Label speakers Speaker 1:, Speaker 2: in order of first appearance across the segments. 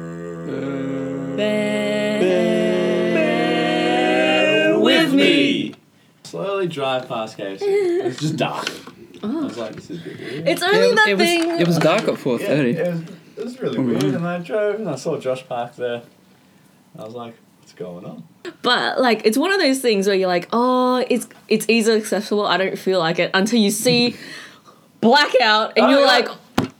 Speaker 1: Burn.
Speaker 2: with me. Slowly drive past KFC. It's just dark. Oh. I was like, this is a bit weird.
Speaker 3: It's only
Speaker 4: it,
Speaker 3: that
Speaker 4: it was,
Speaker 3: thing.
Speaker 4: it was dark at four
Speaker 2: Yeah,
Speaker 4: thirty.
Speaker 2: it, was, it was really weird. And I drove and I saw Josh Park there. I was like, what's going on?
Speaker 3: but like it's one of those things where you're like, oh, it's it's easily accessible. I don't feel like it until you see blackout, and
Speaker 2: Oh,
Speaker 3: you're
Speaker 2: yeah.
Speaker 3: like.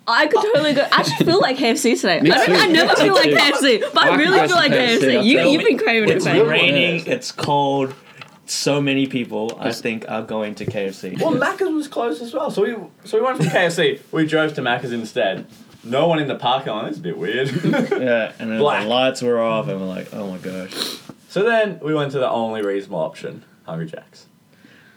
Speaker 3: I could totally go. I actually feel like KFC today.
Speaker 4: Me
Speaker 3: I, don't,
Speaker 4: too.
Speaker 3: I never
Speaker 4: Me
Speaker 3: feel like
Speaker 4: too.
Speaker 3: KFC, but
Speaker 4: I
Speaker 3: I
Speaker 4: could
Speaker 3: really feel
Speaker 4: go to
Speaker 3: like
Speaker 4: KFC,
Speaker 3: KFC.
Speaker 4: I
Speaker 3: You,
Speaker 4: feel
Speaker 3: you've been craving it,
Speaker 5: It's
Speaker 3: mate.
Speaker 5: raining. It's cold. So many people, I think, are going to KFC.
Speaker 2: Well, Macca's was closed as well. So we so we went from KFC. We drove to Macca's instead. No one in the parking lot. It's a bit weird.
Speaker 5: Yeah, and then the
Speaker 2: Black.
Speaker 5: lights were off, and we're like, oh my gosh.
Speaker 2: so then we went to the only reasonable option, Hungry Jack's.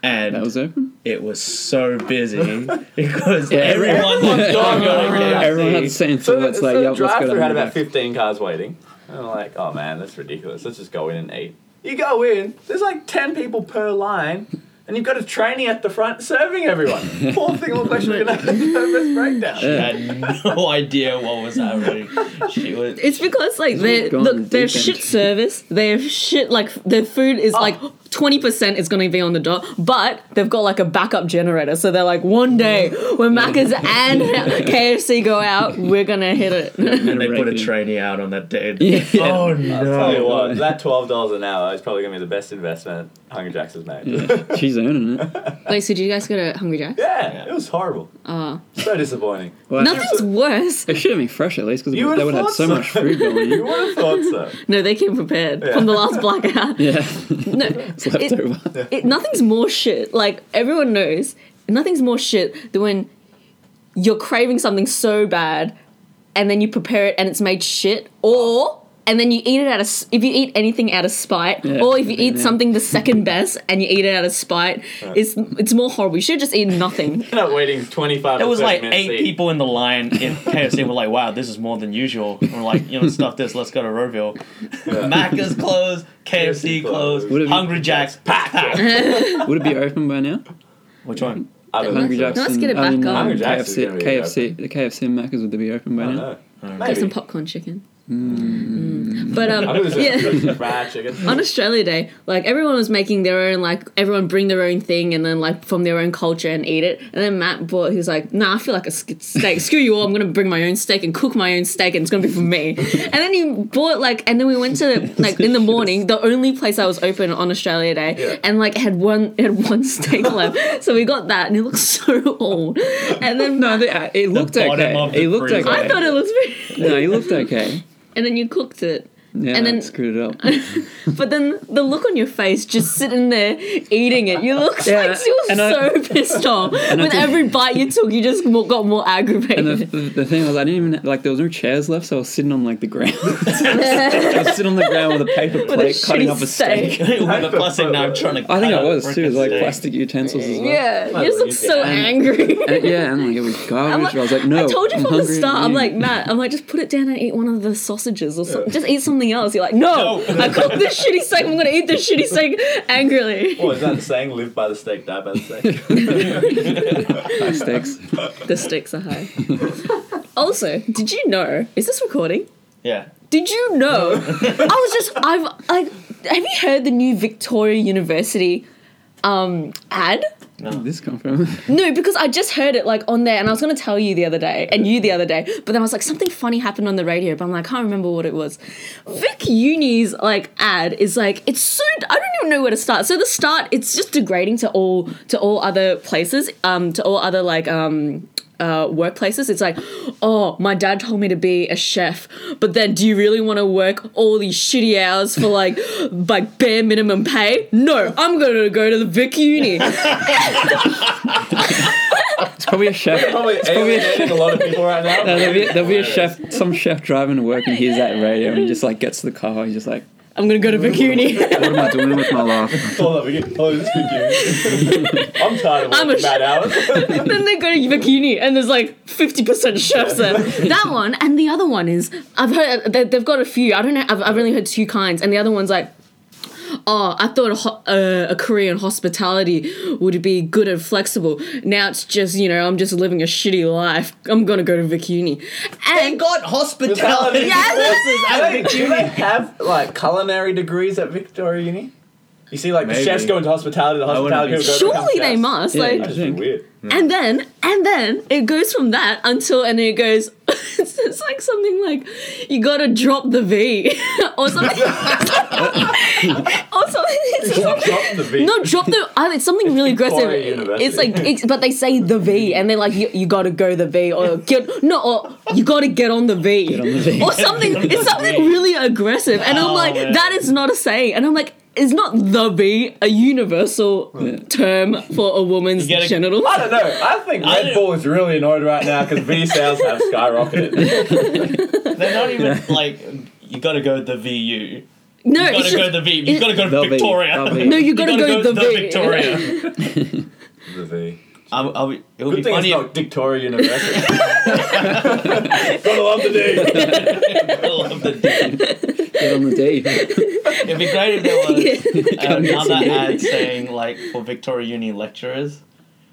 Speaker 5: And
Speaker 4: That was open.
Speaker 5: it was so busy because
Speaker 4: Yeah,
Speaker 5: everyone
Speaker 4: everyone-
Speaker 5: was going to
Speaker 2: Yeah.
Speaker 5: KFC.
Speaker 4: Everyone had the same thought. it's like, yep,
Speaker 2: drive
Speaker 4: let's go
Speaker 2: through
Speaker 4: to
Speaker 2: had about
Speaker 4: Hungry Jack's.
Speaker 2: 15 cars waiting. And I'm like, oh man, that's ridiculous. Let's just go in and eat. You go in, there's like 10 people per line, and you've got a trainee at the front serving everyone. Poor thing looked like she was going to have a nervous breakdown.
Speaker 5: I had no idea what was happening. She was.
Speaker 3: It's because like their
Speaker 4: gone
Speaker 3: look,
Speaker 4: deep
Speaker 3: their
Speaker 4: end.
Speaker 3: shit service, their shit like their food is like twenty percent is going to be on the dot, but they've got like a backup generator, so they're like one day when Macca's and KFC go out, we're gonna hit it.
Speaker 5: And they put a
Speaker 4: Right.
Speaker 5: trainee out on that day.
Speaker 4: Yeah.
Speaker 5: Oh
Speaker 2: Tell you
Speaker 5: no!
Speaker 2: what, that $12 an hour is probably going to be the best investment Hungry Jack's has made. Yeah,
Speaker 4: She's earning it.
Speaker 3: Wait, so did you guys go to Hungry Jack?
Speaker 2: it was horrible.
Speaker 5: Ah.
Speaker 2: So disappointing.
Speaker 4: Well,
Speaker 3: Nothing's worse.
Speaker 4: It should have been fresh at least because they
Speaker 2: You
Speaker 4: would
Speaker 2: would've
Speaker 4: have had
Speaker 2: thought
Speaker 4: so
Speaker 2: so.
Speaker 4: much food going
Speaker 2: You
Speaker 4: in.
Speaker 2: would have thought so.
Speaker 3: No, they came prepared from the last blackout.
Speaker 4: Yeah,
Speaker 3: No,
Speaker 4: it's left
Speaker 3: it-
Speaker 4: over.
Speaker 3: it, nothing's more shit. Like everyone knows, nothing's more shit than when you're craving something so bad, and then you prepare it and it's made shit, or and then you eat it out of s- if you eat anything out of spite,
Speaker 4: Yeah,
Speaker 3: or if you
Speaker 4: I've been
Speaker 3: eat
Speaker 4: there.
Speaker 3: something the second best and you eat it out of spite, it's it's more horrible. You should just eat nothing.
Speaker 2: You're not waiting 25
Speaker 5: There
Speaker 2: to
Speaker 5: was
Speaker 2: 30
Speaker 5: like
Speaker 2: minutes to
Speaker 5: eight
Speaker 2: eat.
Speaker 5: people in the line in KFC. We're like, wow, this is more than usual. And we're like, you know, stuff this. Let's go to Roeville. Macca's closed. KFC closed.
Speaker 4: Would it be-
Speaker 5: Hungry Jack's packed.
Speaker 4: Would it be open by now?
Speaker 5: Which one?
Speaker 2: I don't
Speaker 4: Hungry
Speaker 2: think so.
Speaker 4: Jack's.
Speaker 3: let's
Speaker 4: and-
Speaker 3: get it
Speaker 4: I
Speaker 3: back
Speaker 4: mean,
Speaker 3: on.
Speaker 4: um,
Speaker 2: Hungry Jack's is
Speaker 4: KFC,
Speaker 2: gonna be
Speaker 4: KFC, the KFC and Macca's would they be open by
Speaker 2: I
Speaker 4: now?
Speaker 2: know.
Speaker 3: Get some
Speaker 2: Maybe.
Speaker 3: popcorn chicken. Mm. But um,
Speaker 2: I think
Speaker 3: yeah.
Speaker 2: it was a fried chicken.
Speaker 3: on Australia Day, like everyone was making their own, like everyone bring their own thing and then like from their own culture and eat it. And then Matt bought, he was like, nah, I feel like a sk- steak. Screw you all, I'm gonna bring my own steak and cook my own steak and it's gonna be for me. and then he bought like, and then we went to like in the morning, the only place I was open on Australia Day,
Speaker 2: Yeah.
Speaker 3: and like had one had one steak left. So we got that, and it looked so old. And then
Speaker 4: No, they, uh, it looked
Speaker 5: bottom
Speaker 4: okay.
Speaker 5: of the
Speaker 4: It looked
Speaker 5: freezer.
Speaker 3: I
Speaker 4: okay.
Speaker 3: thought it was,
Speaker 4: No, it looked okay.
Speaker 3: and then you cooked it.
Speaker 4: Yeah,
Speaker 3: And then-
Speaker 4: screwed it up.
Speaker 3: But then the look on your face, just sitting there eating it, you look
Speaker 4: Yeah,
Speaker 3: like you were
Speaker 4: and
Speaker 3: so
Speaker 4: I-
Speaker 3: pissed off.
Speaker 4: I
Speaker 3: With
Speaker 4: did-
Speaker 3: every bite you took, you just more, got more
Speaker 4: And the,
Speaker 3: aggravated.
Speaker 4: the, the thing was, I didn't even like there was no chairs left, so I was sitting on like the ground. I was sitting on the ground with a paper
Speaker 3: With a
Speaker 4: plate cutting
Speaker 3: shitty
Speaker 4: up a steak.
Speaker 5: With a plastic knife trying to.
Speaker 4: I think I
Speaker 5: cut up
Speaker 4: was too,
Speaker 5: frickin'
Speaker 4: like
Speaker 5: steak.
Speaker 4: plastic utensils as well.
Speaker 3: Yeah, you just
Speaker 2: well,
Speaker 3: look
Speaker 2: you
Speaker 3: so
Speaker 2: can.
Speaker 3: angry.
Speaker 4: And, yeah, and like it was
Speaker 3: I'm
Speaker 4: garbage.
Speaker 3: like-
Speaker 4: I was like, no.
Speaker 3: I told you
Speaker 4: I'm
Speaker 3: from
Speaker 4: hungry,
Speaker 3: the start. I'm
Speaker 4: yeah.
Speaker 3: like Matt. I'm like, just put it down and eat one of the sausages or something. Just eat something else. You're like, no. I cooked this shitty steak. I'm gonna eat this shitty steak angrily.
Speaker 2: What Oh, is that saying? Live by the steak, die by the steak.
Speaker 4: High stakes.
Speaker 3: The stakes are high. also, did you know? Is this recording?
Speaker 5: Yeah.
Speaker 3: Did you know? I was just I've like have you heard the new Victoria University um ad?
Speaker 4: This come from?
Speaker 3: No, because I just heard it like on there and I was gonna tell you the other day and you the other day, but then I was like something funny happened on the radio, but I'm like, I can't remember what it was. Vic Uni's like ad is like it's so I don't even know where to start. So the start it's just degrading to all to all other places, um, to all other like um uh, workplaces, it's like, oh, my dad told me to be a chef, but then do you really want to work all these shitty hours for like like bare minimum pay? No, I'm gonna go to the Vic Uni.
Speaker 4: It's probably a chef.
Speaker 2: Probably alienating a lot of people right now.
Speaker 4: No, there'll, be, there'll be a chef, some chef driving to work and hears that radio and he just like gets to the car and he's just like,
Speaker 3: I'm gonna go to Vic Uni.
Speaker 4: what am I doing with my life?
Speaker 2: Hold up, we get, oh, this is confusing. I'm tired of
Speaker 3: I'm a
Speaker 2: working bad hours.
Speaker 3: then they go to Bikini and there's like 50% chefs there. that one and the uh, other one is I've heard they, they've got a few. I don't know. I've, I've only heard two kinds. And the other one's like, oh, I thought a, ho- uh, a career in hospitality would be good and flexible. Now it's just, you know, I'm just living a shitty life. I'm gonna go to Vic Uni.
Speaker 5: Thank
Speaker 3: And
Speaker 5: God hospitality
Speaker 3: Yes!
Speaker 5: courses at
Speaker 2: Hey,
Speaker 5: Vic
Speaker 2: do they
Speaker 5: Uni.
Speaker 2: have like culinary degrees at Victoria Uni? You see, like the
Speaker 4: Maybe.
Speaker 2: chefs go into hospitality, the
Speaker 4: I wouldn't
Speaker 2: hospitality
Speaker 4: be-
Speaker 2: people go to
Speaker 3: surely
Speaker 2: become
Speaker 3: they
Speaker 2: chefs.
Speaker 3: must.
Speaker 4: Yeah,
Speaker 3: like,
Speaker 2: That'd just be
Speaker 4: Think.
Speaker 2: weird.
Speaker 3: And then, and then it goes from that until, and it goes, it's, it's like something like, you gotta drop the V or something. or something. It's
Speaker 2: Drop
Speaker 3: like-
Speaker 2: the V.
Speaker 3: no, drop the. I it's something really aggressive.
Speaker 2: Victoria University.
Speaker 3: It's like, it's, but they say the V, and they're like, you, you gotta go the V, or get no, or you gotta get on the V,
Speaker 4: on the V.
Speaker 3: or something. It's something really aggressive, and I'm
Speaker 5: Oh,
Speaker 3: like,
Speaker 5: man.
Speaker 3: that is not a saying, and I'm like. Is not the V a universal term for a woman's
Speaker 5: You gotta-
Speaker 3: genitals?
Speaker 2: I don't know. I think
Speaker 5: I
Speaker 2: Red
Speaker 5: don't-
Speaker 2: Bull is really annoyed right now because V sales have skyrocketed.
Speaker 5: They're not even like you gotta go to the VU.
Speaker 3: No,
Speaker 5: You gotta
Speaker 3: it's
Speaker 5: go
Speaker 3: just,
Speaker 5: to the V. You
Speaker 3: it-
Speaker 5: gotta go
Speaker 4: They'll
Speaker 5: to
Speaker 4: be-
Speaker 5: Victoria.
Speaker 4: they'll be-
Speaker 3: no, you
Speaker 5: You
Speaker 3: gotta, go, to the,
Speaker 5: to
Speaker 3: V.
Speaker 5: Victoria.
Speaker 2: the V.
Speaker 5: I'll, I'll, be- it'll be
Speaker 2: Good thing it's
Speaker 5: funny.
Speaker 2: not Victoria University. Gotta love the D.
Speaker 5: if- I love the D.
Speaker 4: Get on the D.
Speaker 5: It'd be great if there was uh,
Speaker 4: Come get
Speaker 5: another
Speaker 4: some
Speaker 5: ad saying like for Victoria Uni lecturers.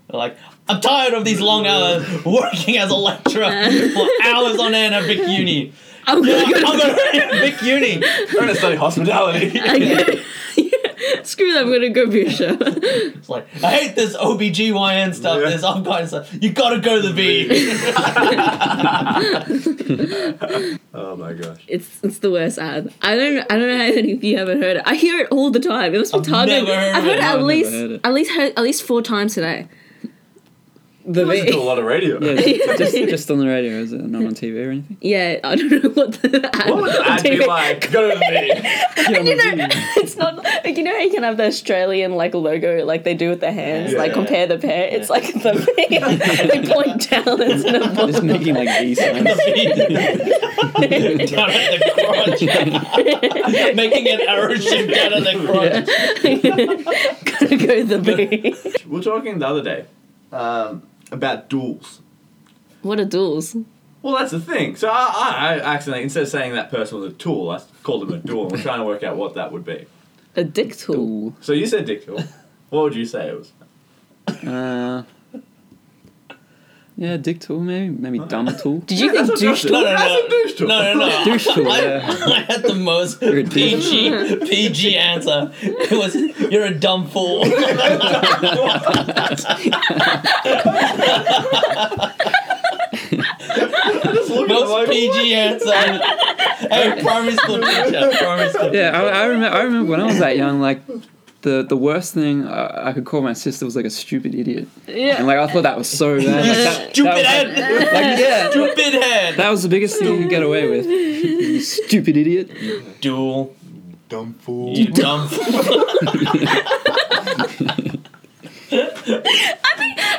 Speaker 5: They're Like, I'm tired of these long hours working as a lecturer for hours on end at Vic Uni.
Speaker 3: I'm gonna
Speaker 5: I'm
Speaker 3: go to
Speaker 5: gonna Vic Uni.
Speaker 2: We're gonna study hospitality.
Speaker 3: I- yeah, Screw that, I'm gonna go be a chef.
Speaker 5: It's like, I hate this OBGYN stuff,
Speaker 2: Yeah.
Speaker 5: this all kinds of stuff. You gotta go to the V.
Speaker 2: Oh my gosh.
Speaker 3: It's it's the worst ad. I don't I don't know how many of you haven't heard it. I hear it all the time. It must be
Speaker 5: I've
Speaker 3: targeted.
Speaker 5: never heard
Speaker 3: I've heard it at
Speaker 5: it. No,
Speaker 4: I've never
Speaker 3: least
Speaker 4: heard it.
Speaker 3: at least heard, at least four times today. The
Speaker 2: Listen to a
Speaker 3: V.
Speaker 2: lot of radio.
Speaker 4: Yeah, it's just, just on the radio, is it? Not on TV or anything?
Speaker 3: Yeah, I don't know what the ad
Speaker 2: What would
Speaker 3: on
Speaker 2: I'd be
Speaker 3: TV
Speaker 2: like? Go to the V.
Speaker 4: Get on
Speaker 3: you know,
Speaker 4: the D.
Speaker 3: it's not like you know how you can have the Australian like logo like they do with their hands,
Speaker 5: Yeah.
Speaker 3: like
Speaker 5: Yeah.
Speaker 3: compare the pair. It's like the they point down and it's in a
Speaker 4: Just making like V signs.
Speaker 5: down at the crotch. Making an arrow shape down at the crotch.
Speaker 3: Gotta go the B.
Speaker 2: We were talking the other day um, about duels.
Speaker 3: what are duels?
Speaker 2: Well, that's the thing. So I, I, I accidentally, instead of saying that person was a tool, I called him a duel, and we're trying to work out what that would be.
Speaker 3: A dick tool.
Speaker 4: Ooh.
Speaker 2: So you said dick tool. What would you say it was?
Speaker 4: Uh, yeah, dick tool, maybe? Maybe dumb tool?
Speaker 3: Did you
Speaker 2: Yeah,
Speaker 3: think
Speaker 2: that's what
Speaker 3: douche
Speaker 2: I
Speaker 3: tool?
Speaker 2: said.
Speaker 5: No, no,
Speaker 2: That's
Speaker 5: no.
Speaker 2: a douche tool.
Speaker 4: Douche tool,
Speaker 5: No, no, no. I,
Speaker 4: yeah.
Speaker 5: I had the most
Speaker 4: You're a douche.
Speaker 5: PG, PG answer. It was, you're a dumb fool.
Speaker 2: Just look at him
Speaker 5: Most
Speaker 2: like,
Speaker 5: PG answer. hey, primary school teacher. Primary school
Speaker 4: Yeah, I, I, remember, I remember when I was that young, like, the, the worst thing I, I could call my sister was like a stupid idiot.
Speaker 3: Yeah.
Speaker 4: And like, I thought that was so bad. Like, that,
Speaker 5: Stupid
Speaker 4: that was,
Speaker 5: head.
Speaker 4: like, yeah,
Speaker 5: Stupid head.
Speaker 4: that was the biggest thing you could get away with. You stupid idiot.
Speaker 5: Duel.
Speaker 1: Dumb fool.
Speaker 5: You dumb fool.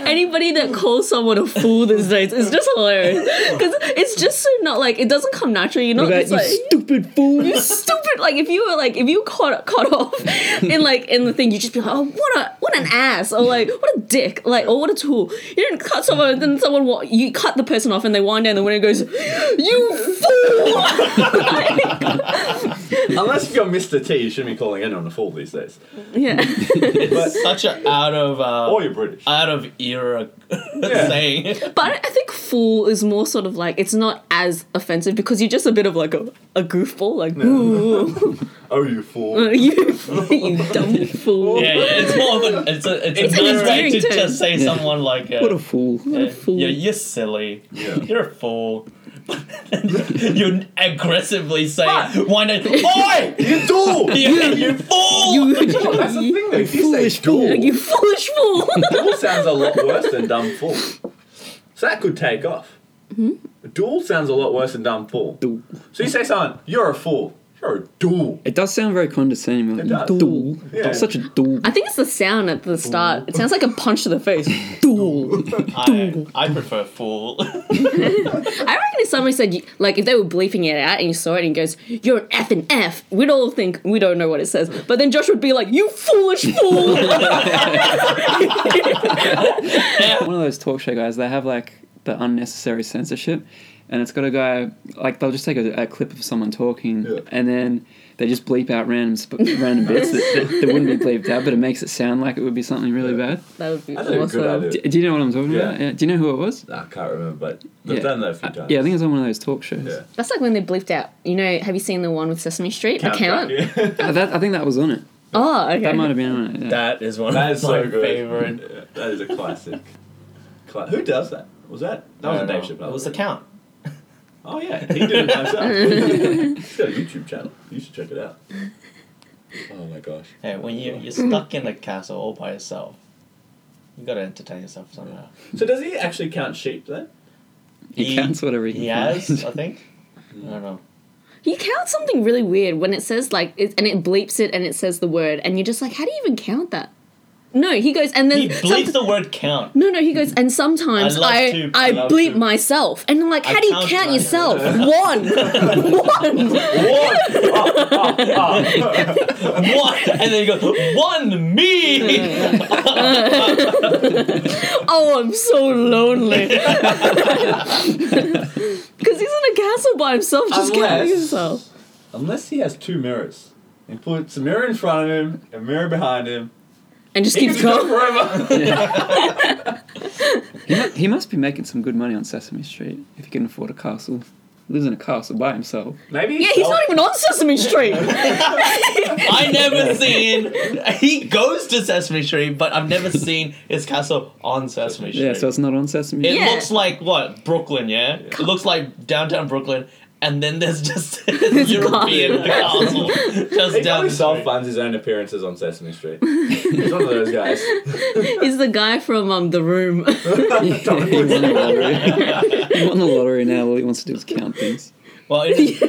Speaker 3: Anybody that calls someone a fool these days is just hilarious because it's just so not like it doesn't come naturally. You're not
Speaker 4: What
Speaker 3: just
Speaker 4: about you
Speaker 3: Oh, like
Speaker 4: stupid fool?
Speaker 3: you stupid. Like if you were like if you were caught caught off in like in the thing, you would just be like, oh what a what an ass or like what a dick like or what a tool. You don't cut someone, then someone wa- you cut the person off and they wind down the window and goes, you fool.
Speaker 2: Unless you're Mr. T, you shouldn't be calling anyone a fool these days.
Speaker 3: yeah.
Speaker 2: But,
Speaker 5: Such a out of uh,
Speaker 2: or you're British.
Speaker 5: out of era
Speaker 2: Oh, Yeah.
Speaker 5: saying.
Speaker 3: But I think fool is more sort of like it's not as offensive because you're just a bit of like a, a goofball, like ooh,
Speaker 2: Oh, you fool.
Speaker 3: you you dumb fool.
Speaker 5: Yeah, yeah, it's more of an it's a it's,
Speaker 3: It's
Speaker 5: a
Speaker 3: an
Speaker 5: nice way to
Speaker 3: endearing term.
Speaker 5: just say someone like uh,
Speaker 4: What a fool.
Speaker 5: yeah,
Speaker 3: fool.
Speaker 5: Yeah, you're silly.
Speaker 2: Yeah.
Speaker 5: You're a fool. you aggressively say why not Oi!
Speaker 2: You duel!
Speaker 5: You, you fool!
Speaker 3: You,
Speaker 2: That's the
Speaker 3: you,
Speaker 2: thing though. If you
Speaker 4: foolish
Speaker 2: say duel,
Speaker 4: fool.
Speaker 3: you foolish fool.
Speaker 2: duel sounds a lot worse than dumb fool. So that could take off. Hmm? Duel sounds a lot worse than dumb fool.
Speaker 4: Duel.
Speaker 2: So you say someone, you're a fool. You're a duel.
Speaker 4: It does sound very condescending.
Speaker 2: It
Speaker 4: Like,
Speaker 2: does.
Speaker 4: Duel.
Speaker 2: Yeah.
Speaker 4: Such a duel.
Speaker 3: I think it's the sound at the start. It sounds like a punch to the face. Duel.
Speaker 5: I, I prefer fool.
Speaker 3: I reckon if somebody said you- like if they were bleeping it out and you saw it and he goes, "You're an F and F," we'd all think we don't know what it says. But then Josh would be like, "You foolish fool."
Speaker 4: one of those talk show guys, they have like the unnecessary censorship. and it's got a guy like they'll just take a, a clip of someone talking,
Speaker 2: Yeah.
Speaker 4: and then they just bleep out random sp- random bits that, that, that wouldn't be bleeped out, but it makes it sound like it would be something really bad.
Speaker 3: That would be
Speaker 2: That's a
Speaker 3: awesome.
Speaker 2: good idea.
Speaker 4: Do, do you know what I'm talking
Speaker 2: Yeah.
Speaker 4: about? Yeah. Do you know who it was?
Speaker 2: Nah, I can't remember, but they've
Speaker 4: Yeah.
Speaker 2: done that a few
Speaker 4: Uh,
Speaker 2: times.
Speaker 4: yeah, I think it was on one of those talk shows.
Speaker 2: Yeah.
Speaker 3: That's like when they bleeped out. You know, have you seen the one with Sesame Street? I can't.
Speaker 2: Yeah.
Speaker 4: Uh, that, I think that was on it.
Speaker 3: Oh, okay.
Speaker 4: That might have been on it. Yeah.
Speaker 5: That is one
Speaker 2: That
Speaker 5: of
Speaker 2: is so
Speaker 5: my
Speaker 2: good.
Speaker 5: favorite.
Speaker 2: Yeah, that is a classic. Cla- Who does that? Was that that
Speaker 5: I
Speaker 2: was
Speaker 5: don't
Speaker 2: a
Speaker 5: know.
Speaker 2: Dave Chappelle?
Speaker 5: It was the count.
Speaker 2: Oh yeah, he did it himself. He's got a YouTube channel. You should check it out. Oh my gosh.
Speaker 5: Hey, when you you're stuck in a castle all by yourself, you gotta entertain yourself somehow.
Speaker 2: So does he actually count sheep then?
Speaker 4: He,
Speaker 5: He-
Speaker 4: counts whatever he,
Speaker 5: He
Speaker 4: can
Speaker 5: has, I
Speaker 4: find.
Speaker 5: think. I don't know.
Speaker 3: You count something really weird when it says like, it, and it bleeps it, and it says the word, and you're just like, how do you even count that? No, he goes, and then
Speaker 5: He
Speaker 3: some-
Speaker 5: bleeps the word count.
Speaker 3: No, no, he goes, and sometimes
Speaker 5: I love
Speaker 3: I
Speaker 5: to-
Speaker 3: I,
Speaker 5: I
Speaker 2: love
Speaker 3: bleep
Speaker 2: to."
Speaker 3: myself, and I'm like,
Speaker 5: I
Speaker 3: how do you
Speaker 5: count
Speaker 3: count
Speaker 5: mine.
Speaker 3: yourself? One, one.
Speaker 2: What? Oh, oh, oh.
Speaker 5: One, and then he goes one me.
Speaker 3: Oh, I'm so lonely. Because he's in a castle by himself, just counting
Speaker 2: Unless-
Speaker 3: himself.
Speaker 2: Unless he has two mirrors. He puts a mirror in front of him, a mirror behind him.
Speaker 3: And just
Speaker 2: He
Speaker 3: keeps
Speaker 2: can go
Speaker 3: going.
Speaker 2: forever.
Speaker 4: He, mu- he must be making some good money on Sesame Street if he can afford a castle. He lives in a castle by himself.
Speaker 2: Maybe
Speaker 3: Yeah, he's not even on Sesame Street.
Speaker 5: I never seen. He goes to Sesame Street, but I've never seen his castle on Sesame Street.
Speaker 4: Yeah, so it's not on Sesame.
Speaker 5: It
Speaker 4: Street.
Speaker 3: Yeah.
Speaker 5: looks like what Brooklyn, yeah. It looks like downtown Brooklyn, and then there's just this European castle just
Speaker 2: He
Speaker 5: down
Speaker 2: probably
Speaker 5: the
Speaker 2: self
Speaker 5: street.
Speaker 2: funds his own appearances on Sesame Street. he's one of those guys.
Speaker 3: he's the guy from um, The Room.
Speaker 4: he won the lottery. he won the lottery. Now all he wants to do is count things.
Speaker 5: Well, in his,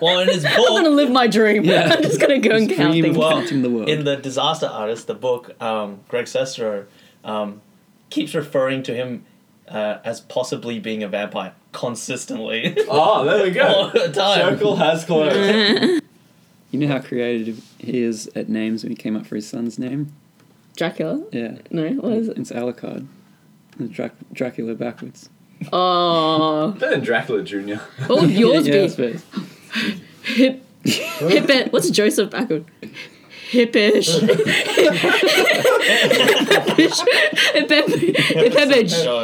Speaker 5: well, in his
Speaker 3: I'm gonna
Speaker 5: book,
Speaker 3: live my dream.
Speaker 4: Yeah.
Speaker 3: I'm just gonna go and count
Speaker 4: Dream
Speaker 3: things.
Speaker 4: of
Speaker 5: Well,
Speaker 4: counting the world.
Speaker 5: in the Disaster Artist, the book, um, Greg Sestero um, keeps referring to him uh, as possibly being a vampire consistently
Speaker 2: Oh, there we
Speaker 5: all
Speaker 2: go.
Speaker 5: the time.
Speaker 2: Circle has closed.
Speaker 4: you know how creative he is at names when he came up for his son's name.
Speaker 3: Dracula?
Speaker 4: Yeah,
Speaker 3: No, what is it?
Speaker 4: it's Alucard. It's Drac- Dracula backwards.
Speaker 3: Oh,
Speaker 2: Better than Dracula Jr.
Speaker 3: what would yours
Speaker 4: yeah,
Speaker 3: be?
Speaker 4: I suppose.
Speaker 3: Hip, hip it. What's Joseph backward? Hippish. Hippish. Hippish. Hippish.
Speaker 2: Oh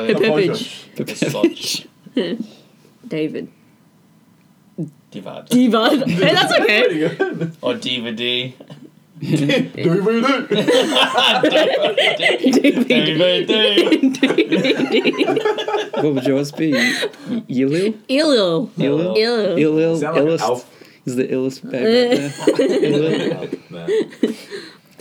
Speaker 3: Hippish.
Speaker 5: Such
Speaker 3: David.
Speaker 5: divide
Speaker 3: Diva. Hey, that's okay.
Speaker 2: Pretty good.
Speaker 5: or DVD.
Speaker 2: DVD.
Speaker 5: DVD.
Speaker 3: DVD.
Speaker 4: what would yours be? Yilil?
Speaker 3: Ill.
Speaker 4: Yilil?
Speaker 3: Ill.
Speaker 4: Yilil?
Speaker 2: Sound like an
Speaker 4: illest-
Speaker 2: elf.
Speaker 4: Is the illest back out there? Yilil?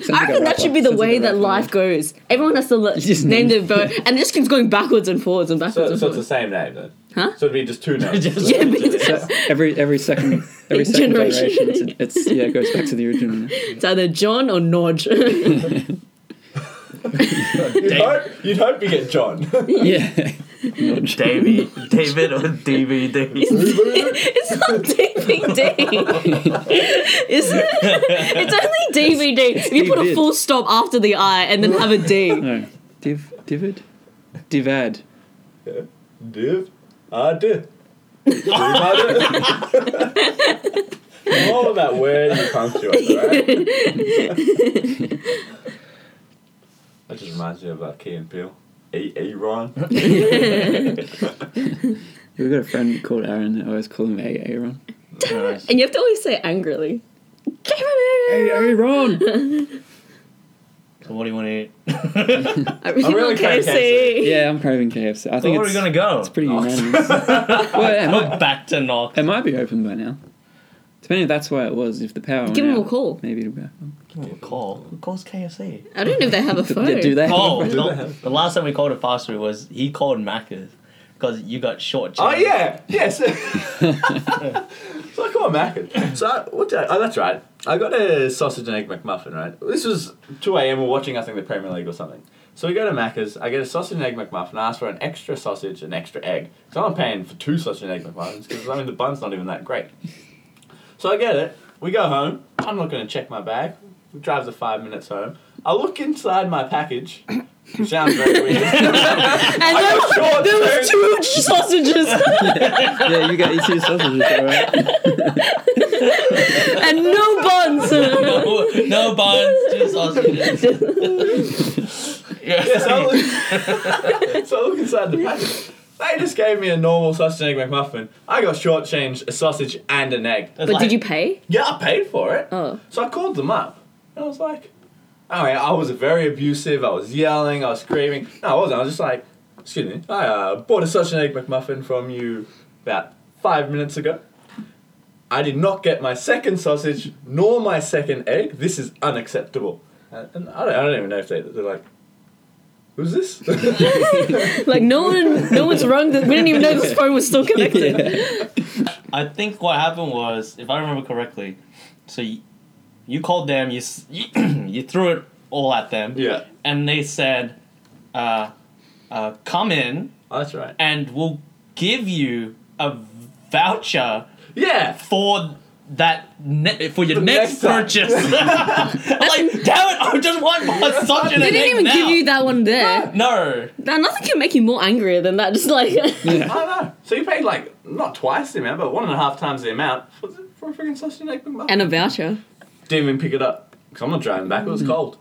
Speaker 4: Sounds
Speaker 3: Uh, I
Speaker 4: like a
Speaker 3: reckon that
Speaker 4: rapper.
Speaker 3: should be the
Speaker 4: Sounds like
Speaker 3: way
Speaker 4: a
Speaker 3: that
Speaker 4: rapper.
Speaker 3: life goes. Everyone has to look,
Speaker 4: Just
Speaker 3: name
Speaker 4: name-
Speaker 3: their boat, and it just keeps going backwards and forwards and
Speaker 2: So,
Speaker 3: backwards
Speaker 2: so it's
Speaker 3: and
Speaker 2: the
Speaker 3: forwards.
Speaker 2: same name then.
Speaker 3: Huh?
Speaker 2: So it'd be just two names.
Speaker 5: Just-
Speaker 3: Yeah, but it's,
Speaker 4: So every every second every second
Speaker 3: Generation.
Speaker 4: generation, it's, it's yeah, it goes back to the original.
Speaker 3: it's either John or Nodge.
Speaker 2: You'd hope, you'd hope you get John.
Speaker 4: yeah.
Speaker 5: Davy, David or DVD.
Speaker 3: it's not DVD. Is it? It's only DVD. if you put a
Speaker 4: David.
Speaker 3: full stop after the I and then have a D.
Speaker 4: No. Div Divid? Divad.
Speaker 2: Div. Ah, div. Div, ah, div. All of that word you punctuate, right? That just reminds me of uh, Key and Peele. E, A- Aaron.
Speaker 4: We've got a friend called Aaron. I always call him A Aaron.
Speaker 3: And you have to always say it angrily.
Speaker 4: Aaron.
Speaker 5: So what do you want to eat?
Speaker 3: I really,
Speaker 2: I'm really
Speaker 3: want
Speaker 2: craving
Speaker 3: KFC.
Speaker 4: Yeah, I'm craving KFC. I
Speaker 5: Where
Speaker 4: think
Speaker 5: are we
Speaker 4: it's,
Speaker 5: gonna go?
Speaker 4: it's pretty unanimous. well, yeah, it, might,
Speaker 5: Go back to North.
Speaker 3: Um,
Speaker 4: it might be open by now. Depending if that's why it was. If the power went
Speaker 3: Give him a
Speaker 4: out,
Speaker 3: call.
Speaker 4: Maybe it'll be open.
Speaker 5: Call. Who calls KFC?
Speaker 3: I don't know if they have a phone.
Speaker 4: Yeah, do they?
Speaker 5: Oh,
Speaker 2: Do they
Speaker 5: no,
Speaker 2: have-
Speaker 5: the last time we called a fast food was he called Macca's because you got short.
Speaker 2: Oh yeah, yes. so I call Mackin. So I, what did I, oh, that's right. I got a sausage and egg McMuffin. Right. This was two a.m. We're watching, I think, the Premier League or something. So we go to Macca's. I get a sausage and egg McMuffin. I ask for an extra sausage and extra egg. So I'm paying for two sausage and egg McMuffins because I mean the bun's not even that great. So I get it. We go home. I'm not going to check my bag. We drive the five minutes home. I look inside my package. which Sounds very weird.
Speaker 3: And there,
Speaker 2: got short
Speaker 3: there was
Speaker 2: too.
Speaker 3: two sausages
Speaker 4: yeah, you got your two sausages, all right?
Speaker 3: and no buns.
Speaker 5: no buns, two sausages.
Speaker 2: Yeah, so, I look, so I look inside the package. They just gave me a normal sausage and egg McMuffin. I got shortchanged a sausage and an egg.
Speaker 3: but did you pay?
Speaker 2: Yeah, I paid for it.
Speaker 3: Oh.
Speaker 2: So I called them up. And I was like, all right, I was very abusive. I was yelling. I was screaming. No, I wasn't. I was just like, excuse me. I uh, bought a sausage and egg McMuffin from you about five minutes ago. I did not get my second sausage nor my second egg. This is unacceptable. And and I don't, I don't even know if they, they're like, who's this?
Speaker 3: Like no one, no one's rung. The, we didn't even know this phone was still connected.
Speaker 5: I think what happened was, if I remember correctly, so you, you called them, you s- you, you threw it all at them,
Speaker 2: yeah,
Speaker 5: and they said, uh, uh, "Come in,
Speaker 2: that's right.
Speaker 5: and we'll give you a voucher
Speaker 2: Yeah,
Speaker 5: for." That ne- for your
Speaker 2: The next
Speaker 5: next,
Speaker 2: time.
Speaker 5: purchase, I'm like damn it! I just want my sausage and
Speaker 3: They
Speaker 5: an
Speaker 3: didn't
Speaker 5: egg
Speaker 3: even
Speaker 5: now.
Speaker 3: give you that one there.
Speaker 5: no,
Speaker 3: Now, nothing can make you more angrier than that. Just like
Speaker 2: I don't
Speaker 4: Yeah.
Speaker 2: know. So you paid like not twice the amount, but one and a half times the amount for, for a freaking sausage and egg McMuffin.
Speaker 3: and a voucher.
Speaker 2: Didn't even pick it up because I'm not driving back. It was cold.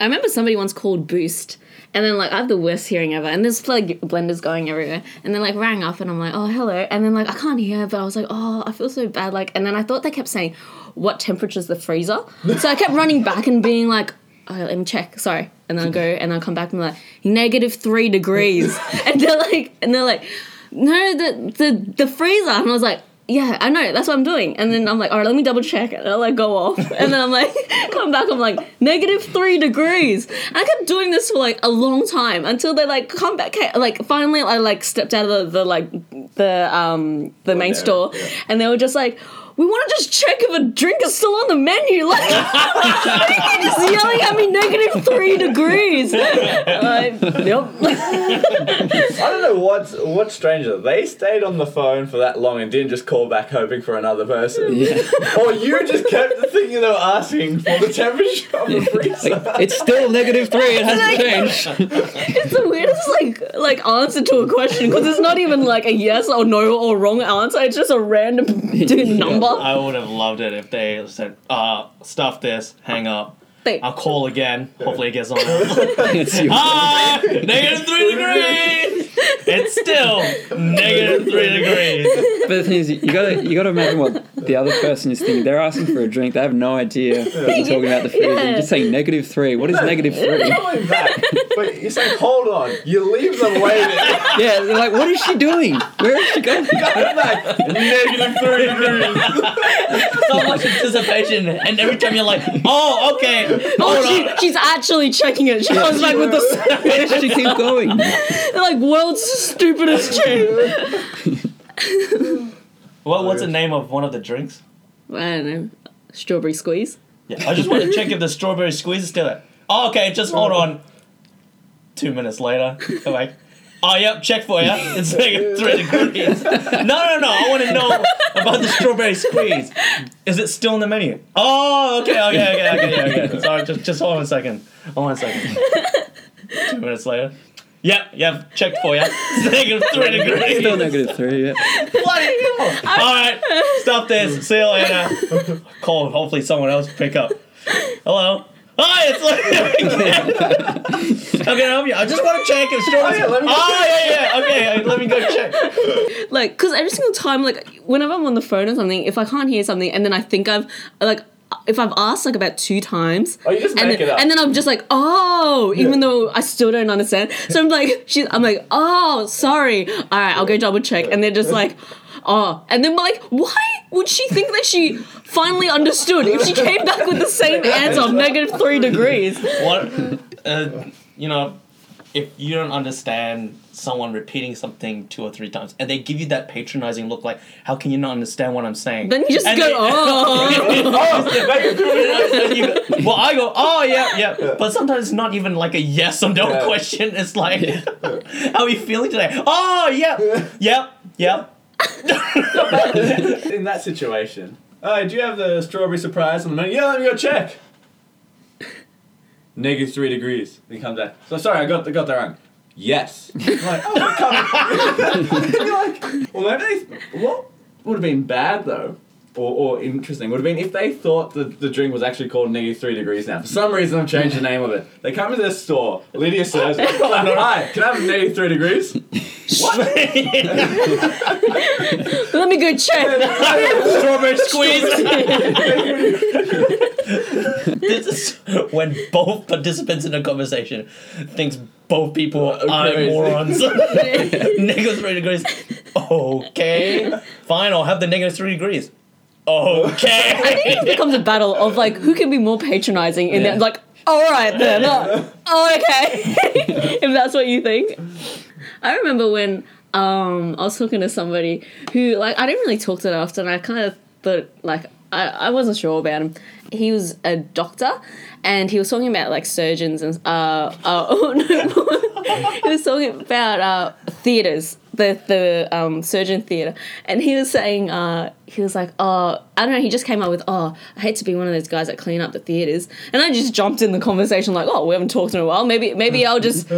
Speaker 3: I remember somebody once called Boost, and then like I have the worst hearing ever, and there's like blenders going everywhere, and then like rang up, and I'm like, oh hello, and then like I can't hear, but I was like, oh I feel so bad, like, and then I thought they kept saying, what temperature's the freezer, so I kept running back and being like. Oh, let me check. Sorry, and then I go and I come back and I'm like negative three degrees, and they're like, and they're like, no, the the the freezer, and I was like, yeah, I know, that's what I'm doing. And then I'm like, all right, let me double check it. And I like go off. And then I'm like, come back, I'm like, negative three degrees. And I kept doing this for like a long time until they like come back, ca- like finally I like stepped out of the, the like, the, um, the main
Speaker 2: there,
Speaker 3: store.
Speaker 2: yeah.
Speaker 3: And they were just like, we want to just check if a drink is still on the menu. Like, they're just yelling at me negative three degrees. Like, yep.
Speaker 2: I don't know what's what's stranger. They stayed on the phone for that long and didn't just call back hoping for another person,
Speaker 4: Yeah.
Speaker 2: or you just kept the thing you were asking for the temperature of the freezer.
Speaker 4: Like, it's still negative three. It hasn't changed.
Speaker 3: It's the weirdest like like answer to a question because it's not even like a yes or no or wrong answer. It's just a random dude number.
Speaker 5: I would have loved it if they said, uh, stuff this, hang up.
Speaker 3: Like,
Speaker 5: I'll call again. Hopefully it gets on.
Speaker 4: It's your-
Speaker 5: ah, negative three degrees. It's still negative three degrees.
Speaker 4: But the thing is, you gotta you gotta imagine what the other person is thinking. They're asking for a drink. They have no idea what you're talking about. The food.
Speaker 3: Yeah.
Speaker 4: You're just saying negative three. What is negative three?
Speaker 2: Not only that, but you say, hold on, you leave them waiting.
Speaker 4: Yeah, they're like, what is she doing? Where is she going?
Speaker 2: Come back, negative three degrees.
Speaker 5: So much anticipation, and every time you're like, oh, okay.
Speaker 3: oh,
Speaker 5: Hold on.
Speaker 3: she, she's actually checking it. She comes back with the
Speaker 4: Where does she keep going?
Speaker 3: like world's stupidest tune.
Speaker 5: What, what's the name of one of the drinks?
Speaker 3: I don't know. Strawberry squeeze.
Speaker 5: Yeah, I just want to check if the strawberry squeeze is still there. Oh, okay, just hold on. Two minutes later, they're like, oh, yep, check for you. It's negative three degrees. No, no, no, I want to know about the strawberry squeeze. Is it still on the menu? Oh, okay, okay, okay, okay, yeah, okay. Sorry, just, just hold on a second. Hold on a second. Two minutes later. Yep, yep, checked for you. It's negative three degrees.
Speaker 4: Still negative three. Yeah.
Speaker 5: Bloody hell. All right, stop this. See you later. Call. Hopefully, someone else will pick up. Hello. Hi, it's like I'm gonna help you. I just want to check if Storm's.
Speaker 2: Oh, yeah, let me-
Speaker 5: oh yeah, yeah. Okay, uh, let me go check.
Speaker 3: Like, cause every single time, like whenever I'm on the phone or something, if I can't hear something, and then I think I've like. If I've asked like about two times,
Speaker 2: Oh, you just
Speaker 3: and
Speaker 2: make
Speaker 3: then,
Speaker 2: it up.
Speaker 3: and then I'm just like, oh, even though I still don't understand. So I'm like, she, I'm like, oh, sorry. All right, I'll go double check. And they're just like, oh. And then we're like, why would she think that she finally understood if she came back with the same answer of negative three degrees?
Speaker 5: What? Uh, you know, if you don't understand someone repeating something two or three times, and they give you that patronizing look, like, how can you not understand what I'm saying?
Speaker 3: Then you just
Speaker 5: And
Speaker 3: go,
Speaker 5: they-
Speaker 3: oh.
Speaker 2: Oh, negative three degrees.
Speaker 5: And you go- well, I go, oh yeah, yeah. But sometimes it's not even like a yes or no
Speaker 2: Yeah.
Speaker 5: question. It's like, how are you feeling today? Oh yeah, yep, yep.
Speaker 2: In that situation, all right, do you have the strawberry surprise on the menu? Yeah, let me go check. negative three degrees. And he comes back. So sorry, I got, I got that wrong. Yes. I'm like, oh, we're coming. you're like, well, maybe they, what would have been bad though, or, or interesting would have been if they thought that the drink was actually called negative three degrees. Now, for some reason, I've changed the name of it. They come to this store. Lydia says, "Hi, can I have negative three degrees?"
Speaker 3: Let me go check.
Speaker 5: Strawberry squeeze. this is when both participants in a conversation thinks both people are
Speaker 2: crazy.
Speaker 5: morons. negative three degrees. Okay. Fine, I'll have the negative three degrees. Okay.
Speaker 3: it becomes a battle of like who can be more patronizing in
Speaker 5: Yeah.
Speaker 3: that like all right then uh, oh, okay if that's what you think i remember when um i was talking to somebody who like i didn't really talk to that often i kind of thought like I, I wasn't sure about him he was a doctor and he was talking about like surgeons and uh, uh oh no he was talking about uh theaters the the um surgeon theater and he was saying uh he was like oh i don't know he just came up with oh i hate to be one of those guys that clean up the theaters and i just jumped in the conversation like oh we haven't talked in a while maybe maybe i'll just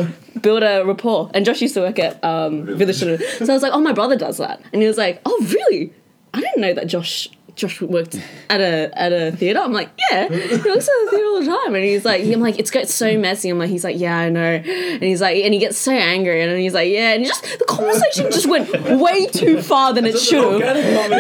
Speaker 3: build a rapport and josh used to work at um village Cinema. so i was like oh my brother does that and he was like oh really i didn't know that josh Josh worked at a at a theater. I'm like, yeah, he works at a theater all the time, and he's like, I'm like, it's got so messy. I'm like, he's like, yeah, I know, and he's like, and he gets so angry, and then he's like, yeah, and just the conversation just went way too far than it should have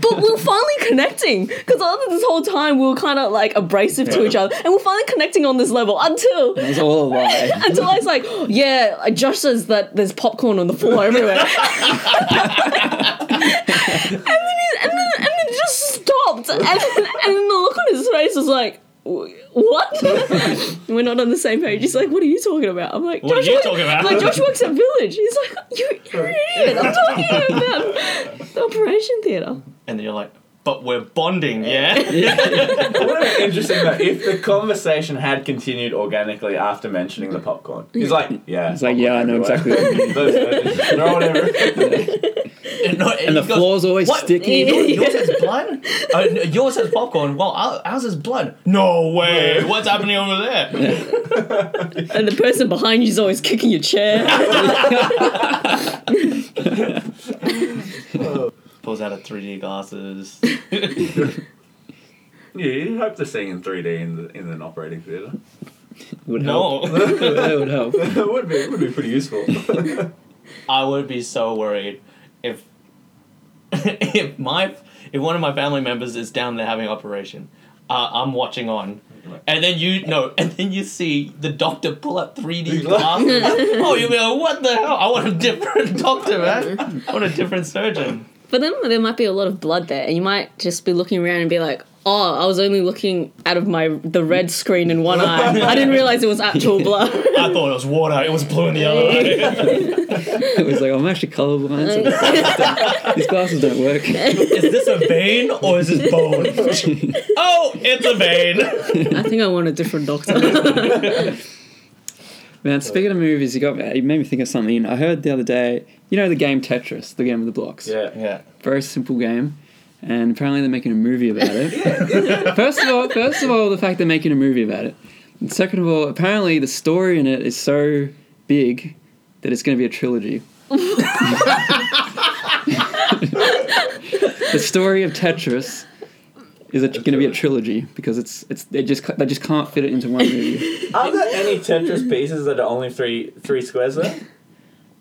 Speaker 3: but we're finally connecting because all this whole time we were kind of like abrasive to each other, and we're finally connecting on this level until
Speaker 4: It's all a lie.
Speaker 3: until I was like, yeah, Josh says that there's popcorn on the floor everywhere, and then he, and then and then it just stopped, and then, and then the look on his face was like. "Wh- What? We're not on the same page. He's like, "What are you talking about?" I'm like,
Speaker 5: What are
Speaker 3: "Josh
Speaker 5: you
Speaker 3: works-
Speaker 5: talking about?"
Speaker 3: I'm Like Josh works at Village. He's like, "You- "You're an idiot." I'm talking about the Operation Theatre.
Speaker 5: and then you're like, but we're bonding, yeah?
Speaker 2: What would have been interesting though if the conversation had continued organically after mentioning the popcorn. He's like, yeah.
Speaker 4: It's like, yeah, I know exactly what you mean.
Speaker 2: Throw
Speaker 5: and, no,
Speaker 4: And the
Speaker 5: he goes,
Speaker 4: floor's always
Speaker 5: "What?
Speaker 4: sticky.
Speaker 5: Yours yours has blood? Uh, n- yours has popcorn. Well, our- ours is blood. No way. What's happening over there?
Speaker 3: And the person behind you is always kicking your chair.
Speaker 5: Pulls out a 3D glasses.
Speaker 2: Yeah, you hope they're seeing in 3D in, the, in an operating theatre.
Speaker 4: Would help.
Speaker 5: No.
Speaker 4: That would help.
Speaker 2: it would be, it would be pretty useful.
Speaker 5: I would be so worried if if my if one of my family members is down there having operation. Uh, I'm watching on, and then you no, and then you see the doctor pull up 3D glasses. oh, you be like, what the hell? I want a different doctor, man. I want a different surgeon.
Speaker 3: but then there might be a lot of blood there, and you might just be looking around and be like, "Oh, I was only looking out of my the red screen in one eye. I didn't realize it was actual blood."
Speaker 5: I thought it was water. It was blue in the other eye.
Speaker 4: It was like, I'm actually colorblind. So these glasses- these glasses don't work.
Speaker 5: Is this a vein or is this bone? oh, it's a vein.
Speaker 3: I think I want a different doctor.
Speaker 4: Man, speaking of movies, you got you made me think of something. I heard the other day, you know, the game Tetris, the game of the blocks.
Speaker 2: yeah.
Speaker 5: Yeah.
Speaker 4: Very simple game, and apparently they're making a movie about it. first of all, first of all, the fact they're making a movie about it. And second of all, apparently the story in it is so big that it's going to be a trilogy. the story of Tetris is going to be a trilogy because it's it's they just ca- they just can't fit it into one movie.
Speaker 2: Are there any Tetris pieces that are only three three squares there?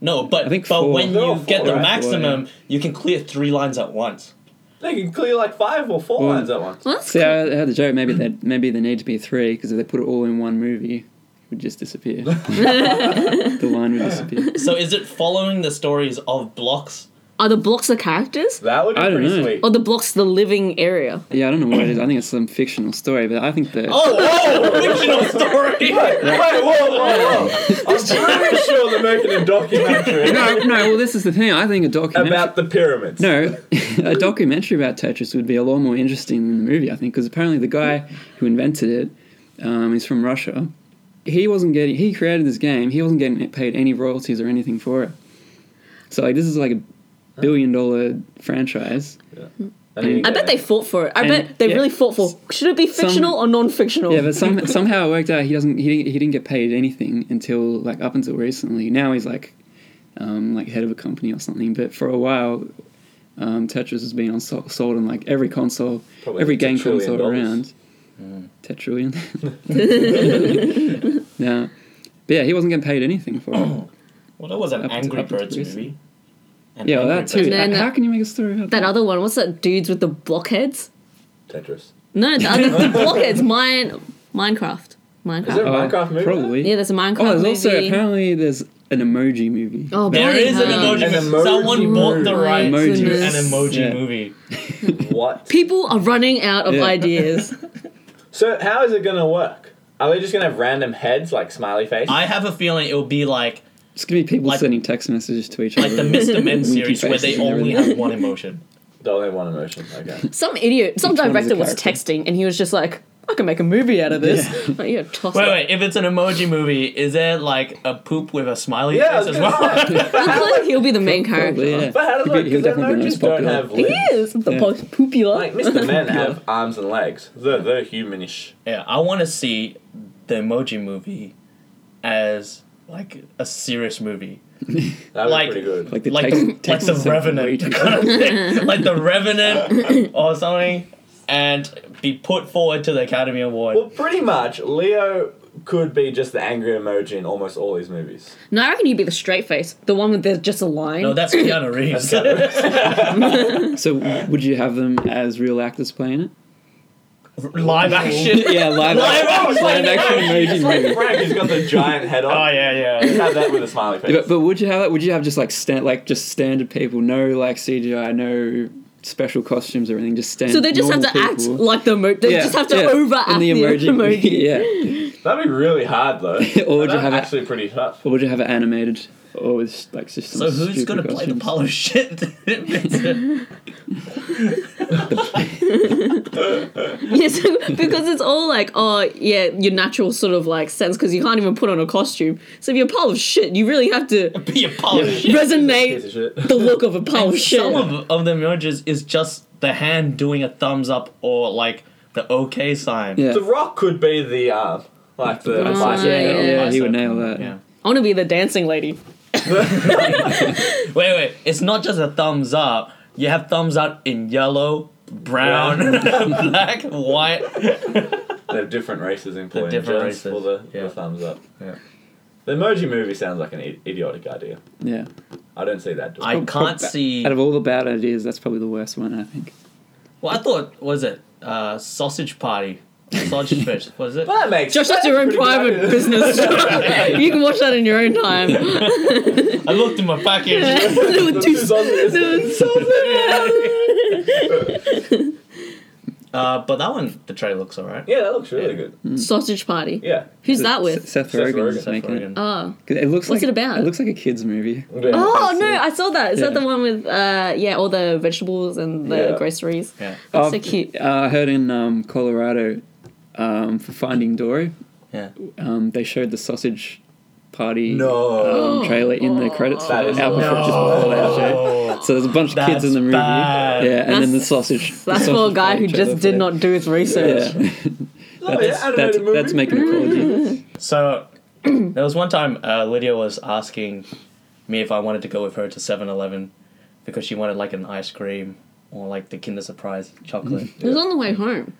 Speaker 5: No, but
Speaker 4: I think
Speaker 5: but
Speaker 4: four.
Speaker 5: when
Speaker 2: No,
Speaker 5: you get
Speaker 2: four,
Speaker 5: the
Speaker 2: right?
Speaker 5: maximum, you can clear three lines at once.
Speaker 2: They can clear like five or
Speaker 4: Mm.
Speaker 2: four lines at once.
Speaker 3: well, that's
Speaker 4: See, I I had the joke. Maybe that maybe there need to be three because if they put it all in one movie, it would just disappear. the line would disappear.
Speaker 5: So is it following the stories of blocks?
Speaker 3: Are the blocks the characters,
Speaker 2: That would be
Speaker 4: I don't
Speaker 2: pretty
Speaker 4: know.
Speaker 2: sweet.
Speaker 3: or the blocks the living area?
Speaker 4: Yeah, I don't know what it is. I think it's some fictional story, but I think the
Speaker 5: Oh, oh fictional story.
Speaker 4: Oh,
Speaker 2: Wait, whoa, whoa, whoa. I'm pretty sure they're making a documentary
Speaker 4: no, no. Well, this is the thing. I think a documentary.
Speaker 2: about the pyramids.
Speaker 4: no, a documentary about Tetris would be a lot more interesting than the movie, I think, because apparently the guy who invented it um, is from Russia. He wasn't getting. He created this game. He wasn't getting paid any royalties or anything for it. So like, this is like a billion dollar franchise.
Speaker 2: didn't
Speaker 3: I
Speaker 2: get
Speaker 3: bet they
Speaker 2: it.
Speaker 3: fought for it. I
Speaker 4: And-
Speaker 3: bet they
Speaker 4: yeah.
Speaker 3: really fought for. Should it be
Speaker 4: Some-
Speaker 3: fictional or non-fictional?
Speaker 4: Yeah, but some, somehow it worked out. He doesn't. He didn't, he didn't get paid anything until like up until recently. Now he's like, um, like head of a company or something. But for a while, um, Tetris has been on sol- sold on like every console,
Speaker 2: Probably
Speaker 4: every
Speaker 2: like
Speaker 4: game
Speaker 2: $10 trillion
Speaker 4: console
Speaker 2: dollars. Mm.
Speaker 4: around. Tetrillion. no, but yeah, he wasn't getting paid anything for it.
Speaker 5: Well, that was an
Speaker 4: Up to-
Speaker 5: Angry
Speaker 4: up to
Speaker 5: Birds
Speaker 4: recent.
Speaker 5: movie. An
Speaker 4: Yeah, well,
Speaker 5: Angry
Speaker 4: that
Speaker 5: Birds-
Speaker 4: too.
Speaker 3: then
Speaker 4: How
Speaker 3: that-
Speaker 4: can you make a story about
Speaker 3: That other one. What's that? Dudes with the blockheads.
Speaker 2: Tetris.
Speaker 3: No, the other the blockheads. Mine, Minecraft. Minecraft.
Speaker 2: Is there a Minecraft movie?
Speaker 4: Oh, Probably.
Speaker 3: yeah, there's a Minecraft
Speaker 4: Oh, there's
Speaker 3: movie.
Speaker 4: also apparently there's an emoji movie.
Speaker 3: oh,
Speaker 5: There
Speaker 3: bloody
Speaker 5: is an
Speaker 3: hell.
Speaker 5: emoji.
Speaker 2: An
Speaker 5: movie.
Speaker 2: emoji
Speaker 5: Someone bought the
Speaker 3: movie.
Speaker 5: right to an
Speaker 3: Goodness.
Speaker 5: emoji
Speaker 4: Yeah.
Speaker 5: movie.
Speaker 2: What?
Speaker 3: People are running out of
Speaker 4: Yeah.
Speaker 3: ideas.
Speaker 2: So how is it gonna work? Are they just gonna have random heads like smiley face?
Speaker 5: I have a feeling it'll be like
Speaker 4: It's gonna be people
Speaker 5: Like-
Speaker 4: sending text messages to each other.
Speaker 5: like the Mr. Men
Speaker 4: Winky
Speaker 5: series where they
Speaker 4: faces and
Speaker 5: only
Speaker 4: everything.
Speaker 5: have one emotion.
Speaker 2: they only have one emotion. Okay.
Speaker 3: Some idiot, some
Speaker 4: Each one is a
Speaker 3: director was
Speaker 4: character.
Speaker 3: texting, and he was just like, "I can make a movie out of this." Like, you're a toss
Speaker 5: Wait, wait. If it's an emoji movie, is there like a poop with a smiley
Speaker 2: yeah. I was
Speaker 5: face as
Speaker 2: gonna
Speaker 5: well?
Speaker 2: say.
Speaker 3: I feel like he'll be the main character.
Speaker 4: Probably, yeah.
Speaker 2: But how
Speaker 4: He'd
Speaker 2: do
Speaker 4: be-
Speaker 2: they?
Speaker 4: he'd
Speaker 2: Because
Speaker 4: definitely be the
Speaker 2: emojis
Speaker 4: most
Speaker 2: don't
Speaker 4: popular.
Speaker 2: have
Speaker 3: He
Speaker 2: limbs.
Speaker 3: is the
Speaker 4: Yeah.
Speaker 3: most popular.
Speaker 2: Like Mr. Men have arms and legs. They're they're humanish.
Speaker 5: Yeah, I want to see the emoji movie as like a serious movie,
Speaker 2: That was
Speaker 5: Like-
Speaker 2: pretty good.
Speaker 4: Like the
Speaker 5: like
Speaker 4: text,
Speaker 5: the, like
Speaker 4: text
Speaker 5: the
Speaker 4: is something way
Speaker 5: Revenant,
Speaker 4: too-
Speaker 5: kind of thing. like the Revenant or something, and be put forward to the Academy Award.
Speaker 2: well, pretty much Leo could be just the angry emoji in almost all these movies.
Speaker 3: No, I reckon you'd be the straight face, the one with the, just a line.
Speaker 5: no, that's Keanu Reeves.
Speaker 4: So w- would you have them as real actors playing it?
Speaker 5: Live action.
Speaker 4: Yeah, live
Speaker 5: Live
Speaker 4: action,
Speaker 5: action.
Speaker 4: live action emoji movie.
Speaker 2: Frank has got the giant head on.
Speaker 5: Oh yeah, yeah.
Speaker 2: Have that with a smiley face.
Speaker 4: But, but would you have that? Would you have just like stand like just standard people, no like CGI, no special costumes or anything, just standard.
Speaker 3: so they just have to act like the emoji. They just have to overact
Speaker 4: In
Speaker 3: the, emoji.
Speaker 4: yeah.
Speaker 2: That'd be really hard though.
Speaker 4: Or would you
Speaker 2: That's
Speaker 4: have a-
Speaker 2: actually pretty tough.
Speaker 4: Or would you have it animated or with s- like just some
Speaker 5: So who's
Speaker 4: stupid
Speaker 5: gonna play the
Speaker 4: costumes?
Speaker 5: pile of shit?
Speaker 3: Yes, because it's all like, oh yeah, your natural sort of like sense because you can't even put on a costume. So if you're a pile of shit, you really have to
Speaker 5: be a pile of shit.
Speaker 2: Piece of
Speaker 3: resonate
Speaker 2: shit.
Speaker 3: the look of a pile of shit.
Speaker 5: Some of, of the emojis is just the hand doing a thumbs up or like the OK sign.
Speaker 4: Yeah.
Speaker 2: The Rock could be the um, like the
Speaker 4: Oh,
Speaker 2: bicep.
Speaker 3: yeah, yeah.
Speaker 4: Yeah, he would nail that.
Speaker 5: Yeah.
Speaker 3: I want to be the dancing lady.
Speaker 5: Wait, wait. It's not just a thumbs up. You have thumbs up in yellow, brown, black, white.
Speaker 2: They have different races in play.
Speaker 5: different
Speaker 2: Just
Speaker 5: races,
Speaker 2: for the,
Speaker 5: yeah.
Speaker 2: the thumbs up.
Speaker 5: Yeah.
Speaker 2: The emoji movie sounds like an i- idiotic idea.
Speaker 4: Yeah.
Speaker 2: I don't see that. doing
Speaker 5: I
Speaker 2: it.
Speaker 5: can't see.
Speaker 4: Out of all the bad ideas, that's probably the worst one I think.
Speaker 5: Well, I thought was it uh, sausage party, sausage fish. Was it?
Speaker 2: Well, that makes
Speaker 3: Josh, that's your own private business. you can watch that in your own time.
Speaker 5: I looked in my package.
Speaker 3: There were two- there were
Speaker 2: business.
Speaker 5: Uh, but that one, the trailer looks alright.
Speaker 2: yeah, that looks really good.
Speaker 3: Sausage party.
Speaker 2: Yeah.
Speaker 3: Who's that
Speaker 4: S-
Speaker 3: with?
Speaker 4: Seth
Speaker 2: Seth
Speaker 4: Rogen's
Speaker 2: Rogen.
Speaker 4: making it.
Speaker 3: Oh.
Speaker 4: 'Cause It looks
Speaker 3: What's
Speaker 4: like
Speaker 3: it about?
Speaker 4: It looks like a kids movie.
Speaker 2: Yeah.
Speaker 3: Oh no, I saw that. Is that
Speaker 4: Yeah.
Speaker 3: the one with uh yeah, all the vegetables and the
Speaker 2: Yeah.
Speaker 3: groceries?
Speaker 5: Yeah.
Speaker 3: That's
Speaker 4: Uh,
Speaker 3: so cute.
Speaker 4: Uh, I heard in um, Colorado um, for Finding Dory,
Speaker 5: Yeah.
Speaker 4: um, they showed the sausage party
Speaker 2: No.
Speaker 3: Oh.
Speaker 4: um, trailer in the credits.
Speaker 2: That
Speaker 4: for
Speaker 2: is
Speaker 4: Alpha
Speaker 2: awful.
Speaker 4: Fitch is all out show. So there's a bunch of kids in the movie.
Speaker 5: bad.
Speaker 4: Yeah, and then the
Speaker 3: That's-
Speaker 4: sausage. the
Speaker 3: That's for a
Speaker 4: sausage
Speaker 3: guy
Speaker 4: party
Speaker 3: who just
Speaker 4: trailer
Speaker 3: did not do his
Speaker 4: for
Speaker 3: research.
Speaker 4: that. Yeah.
Speaker 2: Oh, yeah, animated
Speaker 4: that's,
Speaker 2: movie.
Speaker 4: that's making a prodigy.
Speaker 5: So there was one time uh, Lydia was asking me if I wanted to go with her to 7-Eleven because she wanted like an ice cream or like the Kinder Surprise chocolate.
Speaker 3: It was on the way home.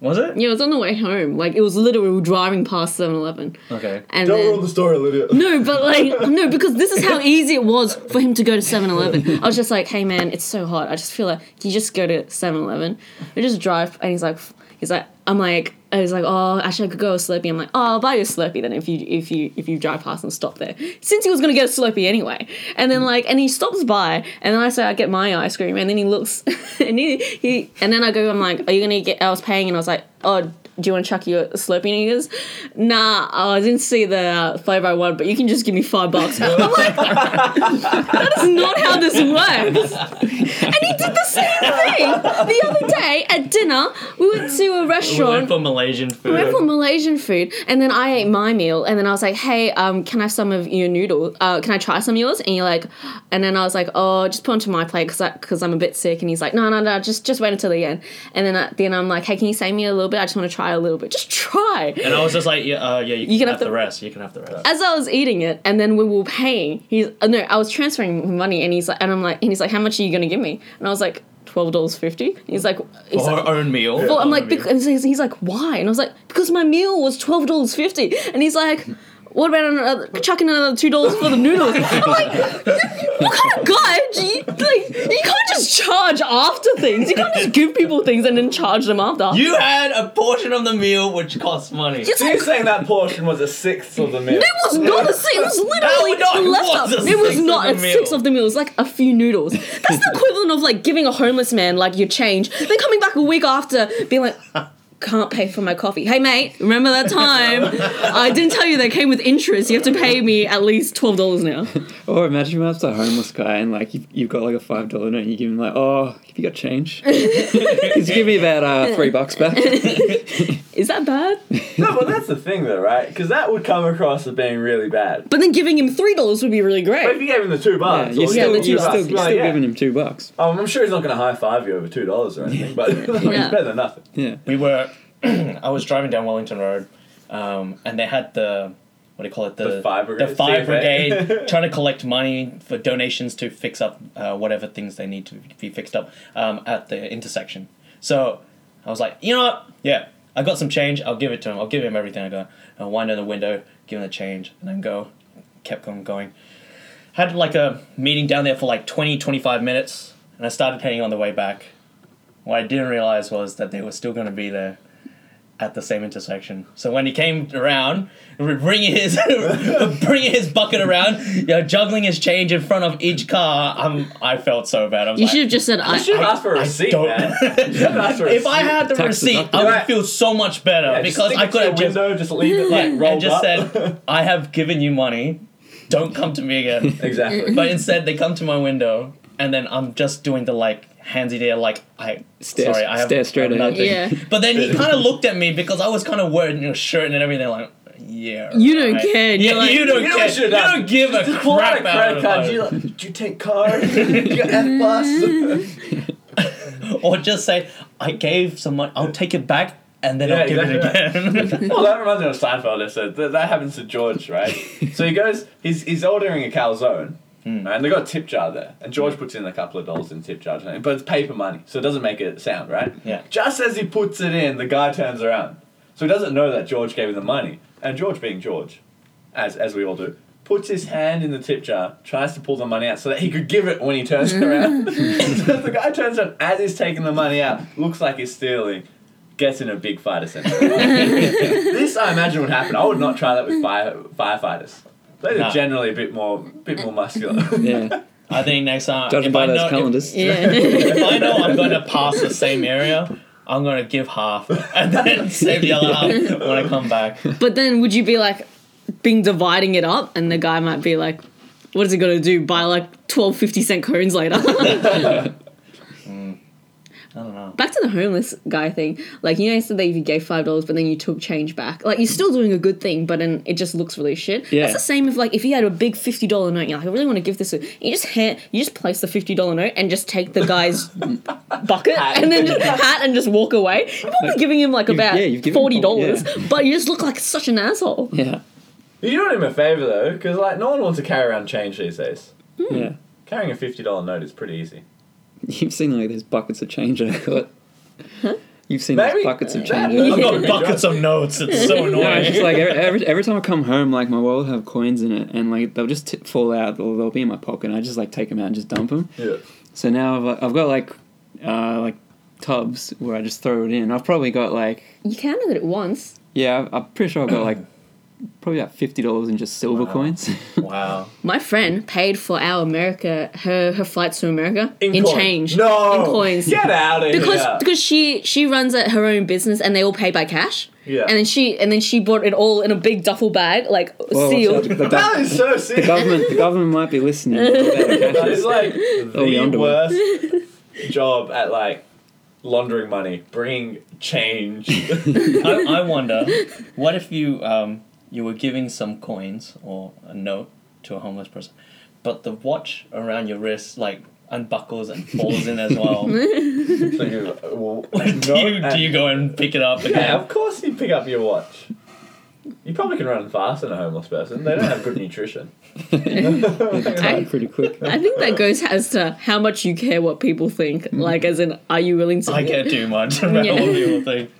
Speaker 5: was it?
Speaker 3: Yeah, it was on the way home. Like it was literally we were driving past 7-Eleven.
Speaker 5: Okay.
Speaker 3: And
Speaker 2: Don't
Speaker 3: then,
Speaker 2: ruin the story, Lydia.
Speaker 3: No, but like no, because this is how easy it was for him to go to 7-Eleven. I was just like, hey man, it's so hot. I just feel like can you just go to 7-Eleven? We just drive, and he's like, he's like, I'm like, I was like, oh, actually I could go a Slurpee. I'm like, oh, I'll buy you a Slurpee then if you if you if you drive past and stop there. Since he was gonna get a Slurpee anyway, and then like, and he stops by, and then I say I get my ice cream, and then he looks, and he, he and then I go, I'm like, are you gonna get? I was paying, and I was like, oh do you want to chuck your Slurpee? And he goes, nah, oh, I didn't see the uh, flavor I want, but you can just give me five bucks. I'm like, that is not how this works. And he did the same thing the other day at dinner. We went to a
Speaker 5: We went
Speaker 3: restaurant.
Speaker 5: for Malaysian food.
Speaker 3: We went for Malaysian food, and then I ate my meal, and then I was like, "Hey, um, can I have some of your noodle? Uh, can I try some of yours?" And you're like, and then I was like, "Oh, just put onto my plate because because I'm a bit sick." And he's like, "No, no, no, just just wait until the end." And then at the end, I'm like, "Hey, can you save me a little bit? I just want to try a little bit. Just try."
Speaker 5: and I was just like, yeah, uh, yeah, you
Speaker 3: can
Speaker 5: can, have,
Speaker 3: have
Speaker 5: the,
Speaker 3: the-
Speaker 5: rest. You can have the rest.
Speaker 3: as I was eating it, and then we were paying, he's uh, no, I was transferring him money, and he's like, and I'm like, and he's like, how much are you gonna give me? And I was like, twelve dollars fifty. He's like, he's
Speaker 5: For
Speaker 3: like,
Speaker 5: our own meal.
Speaker 3: well, I'm like,
Speaker 5: Our own
Speaker 3: bec-
Speaker 5: meal.
Speaker 3: and he's, he's like, why? And I was like, because my meal was twelve dollars fifty, and he's like. What about another chucking another two dollars for the noodles? I'm like, what kind of guy? Do you, like, you can't just charge after things. You can't just give people things and then charge them after.
Speaker 5: you had a portion of the meal which costs money.
Speaker 3: Yes,
Speaker 2: So you're saying that portion was a sixth of the meal?
Speaker 3: It was not a six. It was literally
Speaker 5: No, no, it
Speaker 3: left
Speaker 5: was
Speaker 3: up.
Speaker 5: a
Speaker 3: It was
Speaker 5: sixth
Speaker 3: not
Speaker 5: of
Speaker 3: a
Speaker 5: the
Speaker 3: six
Speaker 5: meal.
Speaker 3: of the meal. It was like a few noodles. That's the equivalent of like giving a homeless man like your change, then coming back a week after being like. Can't pay for my coffee. Hey mate, remember that time? I didn't tell you they came with interest. You have to pay me at least twelve dollars now.
Speaker 4: Or Oh, imagine if it's a homeless guy and like you've, you've got like a five dollar note and you give him like, oh, have you got change? He's give me about uh, three bucks back.
Speaker 3: Is that bad?
Speaker 2: No, but that's the thing though, right? Because that would come across as being really bad.
Speaker 3: But then giving him three dollars would be really
Speaker 2: But if
Speaker 3: great.
Speaker 2: you gave him the two
Speaker 4: Yeah,
Speaker 2: bucks,
Speaker 4: you're
Speaker 2: or
Speaker 4: still,
Speaker 3: the
Speaker 2: Oh, the
Speaker 3: two
Speaker 4: you're
Speaker 3: bucks.
Speaker 4: still, you're
Speaker 2: like,
Speaker 4: still
Speaker 2: yeah.
Speaker 4: giving him two bucks.
Speaker 2: Um, I'm sure he's not going to high five you over two dollars or anything, but like,
Speaker 3: Yeah.
Speaker 2: it's better than nothing.
Speaker 4: Yeah.
Speaker 5: we were I was driving down Wellington Road, um, and they had the what do you call it? The,
Speaker 2: The fire brigade,
Speaker 5: The fire
Speaker 2: CFA.
Speaker 5: brigade trying to collect money for donations to fix up uh, whatever things they need to be fixed up um, at the intersection. So I was like, you know what? Yeah, I got some change. I'll give it to him. I'll give him everything I got. I'll wind down the window, give him the change, and then go. Kept on going. Had like a meeting down there for like 20, 25 minutes, and I started heading on the way back. What I didn't realize was that they were still going to be there at the same intersection. So when he came around, bringing his bringing his bucket around, you know, juggling his change in front of each car, I'm, I felt so bad. I'm
Speaker 3: You
Speaker 5: like,
Speaker 3: should have just said
Speaker 2: You
Speaker 3: I.
Speaker 2: should have asked for a
Speaker 5: I
Speaker 2: receipt,
Speaker 5: don't-
Speaker 2: man. You should've asked for a
Speaker 5: if I
Speaker 2: receipt.
Speaker 5: had the
Speaker 4: Taxes
Speaker 5: receipt,
Speaker 4: up.
Speaker 5: I would
Speaker 2: Right.
Speaker 5: feel so much better
Speaker 2: Yeah, just
Speaker 5: because
Speaker 2: stick
Speaker 5: I
Speaker 2: it
Speaker 5: could
Speaker 2: to
Speaker 5: have
Speaker 2: your
Speaker 5: just
Speaker 2: window, just leave it like rolled
Speaker 5: and just
Speaker 2: up.
Speaker 5: said, "I have given you money. Don't come to me again."
Speaker 2: exactly.
Speaker 5: But instead, they come to my window, and then I'm just doing the like handsy there, like I
Speaker 4: Stare-
Speaker 5: sorry, I have
Speaker 4: stare straight
Speaker 5: I have
Speaker 4: at it.
Speaker 5: nothing.
Speaker 3: Yeah.
Speaker 5: But then he kind of looked at me because I was kind of wearing your shirt and everything, like yeah.
Speaker 3: You don't care, and
Speaker 5: Yeah,
Speaker 3: you're like-
Speaker 5: you don't
Speaker 2: You know what
Speaker 5: care.
Speaker 2: you
Speaker 5: You
Speaker 2: should've done?
Speaker 5: don't give a
Speaker 2: Pull out a
Speaker 5: crap
Speaker 2: credit
Speaker 5: out
Speaker 2: card.
Speaker 5: of
Speaker 2: Do you,
Speaker 5: it.
Speaker 2: like, do you take card? Do you got F plus?
Speaker 5: Or just say, I gave some money. I'll take it back, and then
Speaker 2: Yeah,
Speaker 5: I'll give
Speaker 2: exactly
Speaker 5: it again.
Speaker 2: Well, that reminds me of a Seinfeld episode. That, that happens to George, right? so he goes, he's, he's ordering a calzone, right? and they got a tip jar there. And George puts in a couple of dollars in tip jar, but it's paper money, so it doesn't make a sound, right?
Speaker 5: Yeah.
Speaker 2: Just as he puts it in, the guy turns around. So he doesn't know that George gave him the money. And George, being George, as, as we all do, puts his hand in the tip jar, tries to pull the money out so that he could give it when he turns around. so the guy turns around as he's taking the money out, looks like he's stealing, gets in a big fight essentially. this I imagine would happen. I would not try that with fire, firefighters. They're
Speaker 5: Nah.
Speaker 2: generally a bit more, bit more muscular.
Speaker 4: Yeah.
Speaker 5: I think next time,
Speaker 4: Judging
Speaker 5: if
Speaker 4: by
Speaker 5: I,
Speaker 4: those
Speaker 5: know, if,
Speaker 4: calendars.
Speaker 3: yeah.
Speaker 5: if I know I'm going to pass the same area, I'm going to give half and then save the other half when I come back.
Speaker 3: But then would you be like being dividing it up and the guy might be like, what is he gonna do? Buy like 12 50 cent cones later.
Speaker 5: I don't know.
Speaker 3: back to the homeless guy thing. Like you know, you said that if you gave five dollars but then you took change back. Like you're still doing a good thing, but then it just looks really shit.
Speaker 4: Yeah.
Speaker 3: That's the same if like if you had a big fifty dollar note, you're like, I really want to give this a you just hand you just place the fifty dollar note and just take the guy's bucket and then just hat and just walk away. You're probably giving him like about
Speaker 4: yeah, you've given him
Speaker 3: forty dollars,
Speaker 4: probably-
Speaker 3: but you just look like such an asshole.
Speaker 4: Yeah.
Speaker 2: You're doing him a favor though, because like no one wants to carry around change these days.
Speaker 4: Yeah.
Speaker 2: Carrying a fifty dollar note is pretty easy.
Speaker 4: You've seen like those buckets of change that I got. You've seen
Speaker 2: Maybe-
Speaker 4: those buckets of
Speaker 2: that-
Speaker 4: change.
Speaker 2: that-
Speaker 5: I've got buckets of notes. It's so annoying.
Speaker 4: No, it's just like every, every every time I come home, like my wallet will have coins in it, and like they'll just t- fall out or they'll be in my pocket. and I just like take them out and just dump them.
Speaker 2: Yeah.
Speaker 4: So now I've like, I've got like uh, like tubs where I just throw it in. I've probably got like
Speaker 3: You counted it once.
Speaker 4: yeah, I- I'm pretty sure I've got like probably about fifty dollars in just silver
Speaker 5: Wow.
Speaker 4: coins.
Speaker 5: wow.
Speaker 3: My friend paid for our America her her flights to America in,
Speaker 2: coins.
Speaker 3: change.
Speaker 2: No.
Speaker 3: in coins.
Speaker 2: Get out of
Speaker 3: because
Speaker 2: here.
Speaker 3: because she she runs a, her own business and they all pay by cash.
Speaker 2: Yeah.
Speaker 3: And then she and then she bought it all in a big duffel bag, like
Speaker 4: Well, what's
Speaker 3: sealed.
Speaker 4: up? The, gov-
Speaker 2: that is so sick.
Speaker 4: government the government might be listening.
Speaker 2: That is like
Speaker 4: be
Speaker 2: the
Speaker 4: underwear.
Speaker 2: worst job at like laundering money, bringing change.
Speaker 5: I, I wonder, what if you um, you were giving some coins or a note to a homeless person, but the watch around your wrist like unbuckles and falls in as well. do,
Speaker 2: so you, well,
Speaker 5: you, do you go and pick it up
Speaker 2: Yeah,
Speaker 5: again?
Speaker 2: of course you pick up your watch. You probably can run faster than a homeless person. They don't have good nutrition.
Speaker 4: Tired pretty quick.
Speaker 3: I think that goes as to how much you care what people think. Like, as in, are you willing to?
Speaker 5: I care too much about
Speaker 3: Yeah.
Speaker 5: what people think.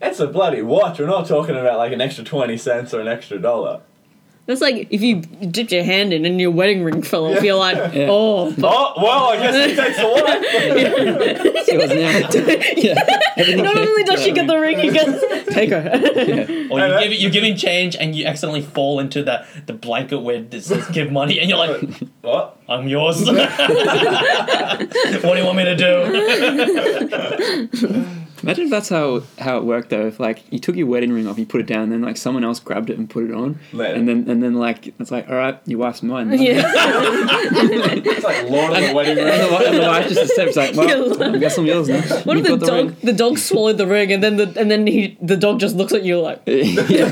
Speaker 2: It's a bloody watch. We're not talking about like an extra 20 cents or an extra dollar.
Speaker 3: That's like if you dipped your hand in and your wedding ring fell off. You're like,
Speaker 4: Yeah.
Speaker 3: oh, but
Speaker 2: Oh, well, I guess it takes a lot.
Speaker 4: It was now. yeah. Everything
Speaker 3: not
Speaker 4: came-
Speaker 3: only does she get the ring, you get take her.
Speaker 4: Yeah.
Speaker 5: Or
Speaker 2: And
Speaker 5: you
Speaker 2: that-
Speaker 5: give it, you're giving change and you accidentally fall into the, the blanket where it says give money and you're like,
Speaker 2: what?
Speaker 5: I'm yours. what do you want me to do?
Speaker 4: Imagine if that's how how it worked though. If like you took your wedding ring off, you put it down, and then like someone else grabbed it and put it on,
Speaker 2: Later.
Speaker 4: and then and then like it's like all right, your wife's mine. now."
Speaker 3: yeah,
Speaker 2: It's like Lord of the Wedding
Speaker 4: And
Speaker 2: Ring.
Speaker 4: the, wi- and the wife just accepts like, well,
Speaker 3: Yeah.
Speaker 4: I guess I'm yours now.
Speaker 3: what if
Speaker 4: You've
Speaker 3: the,
Speaker 4: got
Speaker 3: dog the dog swallowed the ring and then the and then he the dog just looks at you like
Speaker 4: ring. yeah.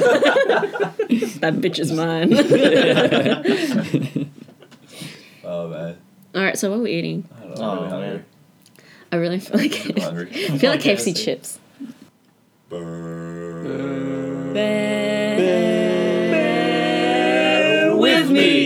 Speaker 3: that bitch is mine.
Speaker 2: Oh, man.
Speaker 3: All right, so what are we eating?
Speaker 2: I don't know.
Speaker 5: Oh,
Speaker 2: I'm hungry.
Speaker 5: man.
Speaker 3: I really feel like
Speaker 2: I'm hungry.
Speaker 3: I feel like
Speaker 5: Okay, I
Speaker 3: KFC
Speaker 5: see.
Speaker 3: chips.
Speaker 2: Burn.
Speaker 3: Bear with me.